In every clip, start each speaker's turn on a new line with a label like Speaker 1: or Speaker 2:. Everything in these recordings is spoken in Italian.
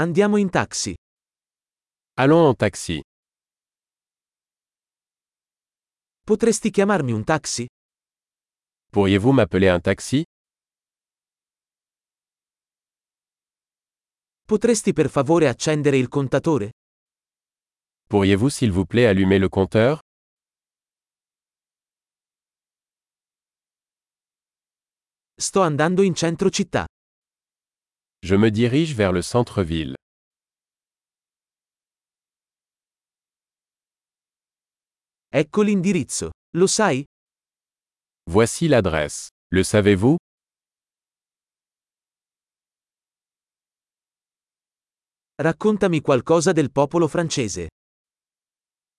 Speaker 1: Andiamo in taxi.
Speaker 2: Allons en taxi.
Speaker 1: Potresti chiamarmi un taxi?
Speaker 2: Pourriez-vous m'appeler un taxi
Speaker 1: Potresti per favore accendere il contatore?
Speaker 2: Pourriez-vous s'il vous plaît allumer le compteur
Speaker 1: Sto andando in centro città.
Speaker 2: Je me dirige vers le centre-ville.
Speaker 1: Ecco l'indirizzo. Lo sai?
Speaker 2: Voici l'adresse. Le savez-vous
Speaker 1: Raccontami qualcosa del popolo francese.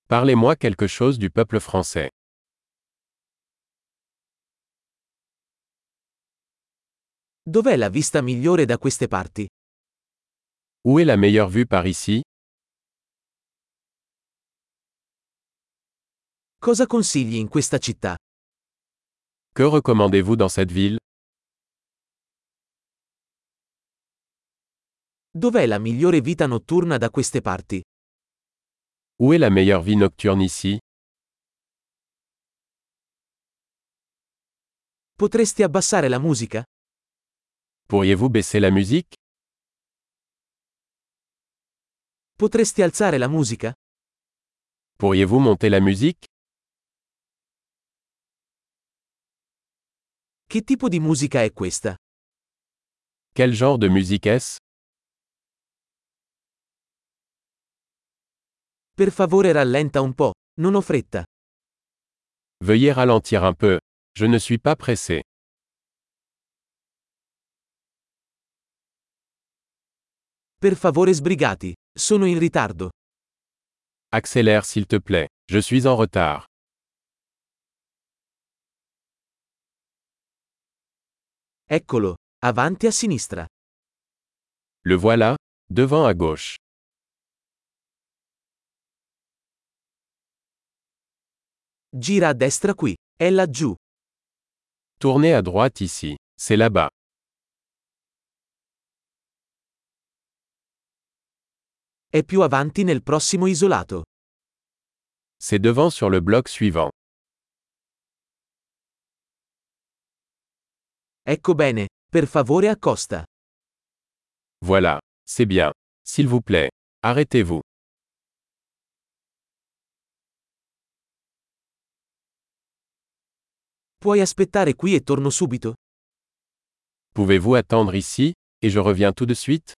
Speaker 2: Parlez-moi quelque chose du peuple français.
Speaker 1: Dov'è la vista migliore da queste parti?
Speaker 2: Où est la meilleure vue par ici
Speaker 1: Cosa consigli in questa città?
Speaker 2: Que recommandez-vous dans cette ville
Speaker 1: Dov'è la migliore vita notturna da queste parti?
Speaker 2: Où est la meilleure vie nocturne ici
Speaker 1: Potresti abbassare la musica?
Speaker 2: Pourriez-vous baisser la musique
Speaker 1: Potresti alzare la musica?
Speaker 2: Pourriez-vous monter la musique
Speaker 1: Che tipo di musica è questa?
Speaker 2: Quel genre de musique est-ce
Speaker 1: Per favore rallenta un po', non ho fretta.
Speaker 2: Veuillez ralentir un peu. Je ne suis pas pressé.
Speaker 1: Per favore sbrigati, sono in ritardo.
Speaker 2: Accélère s'il te plaît. Je suis en retard.
Speaker 1: Eccolo, avanti a sinistra.
Speaker 2: Le voilà, devant à gauche.
Speaker 1: Gira a destra qui. È laggiù.
Speaker 2: Tournez à droite ici. C'est là-bas.
Speaker 1: È più avanti nel prossimo isolato.
Speaker 2: C'est devant sur le bloc suivant.
Speaker 1: Ecco bene, per favore accosta.
Speaker 2: Voilà. C'est bien. S'il vous plaît. Arrêtez-vous.
Speaker 1: Puoi aspettare qui e torno subito?
Speaker 2: Pouvez-vous attendre ici, et je reviens tout de suite